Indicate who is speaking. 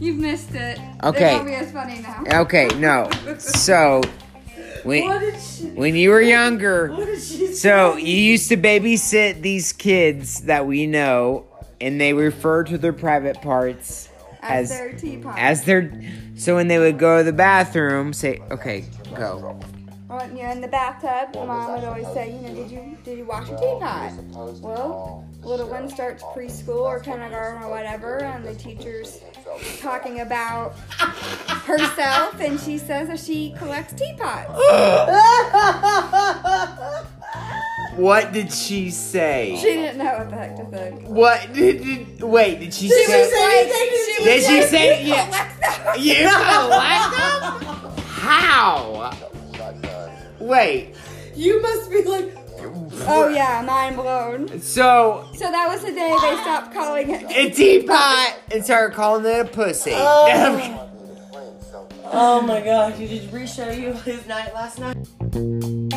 Speaker 1: You've missed it.
Speaker 2: Okay.
Speaker 1: It won't be as funny now.
Speaker 2: Okay, no. So
Speaker 3: What
Speaker 2: when
Speaker 3: did she?
Speaker 2: when you were younger,
Speaker 3: What did she?
Speaker 2: so you used to babysit these kids that we know, and they refer to their private parts
Speaker 1: As,
Speaker 2: as
Speaker 1: their teapot.
Speaker 2: as their. So when they would go to the bathroom, say, "Okay, go."
Speaker 1: Or when you're in the bathtub, mom would always say, you know, did you did you wash your teapot? Well, little one starts preschool or kindergarten or whatever, and the teacher's talking about herself, and she says that she collects teapots.
Speaker 2: Oh. What did she say?
Speaker 1: She didn't know what the heck to think.
Speaker 2: what did, did wait? Did she
Speaker 3: Did she
Speaker 2: say?
Speaker 3: say anything? Did she?
Speaker 2: Did she say?
Speaker 1: You
Speaker 2: Yeah.
Speaker 1: collect them.
Speaker 2: You collect them? How? Wait.
Speaker 3: You must be like.
Speaker 1: Oh yeah, mind blown.
Speaker 2: So
Speaker 1: So that was the day they stopped calling it.
Speaker 2: a teapot and started calling it a pussy.
Speaker 3: Oh. oh my god! Did Bree show you his night last night?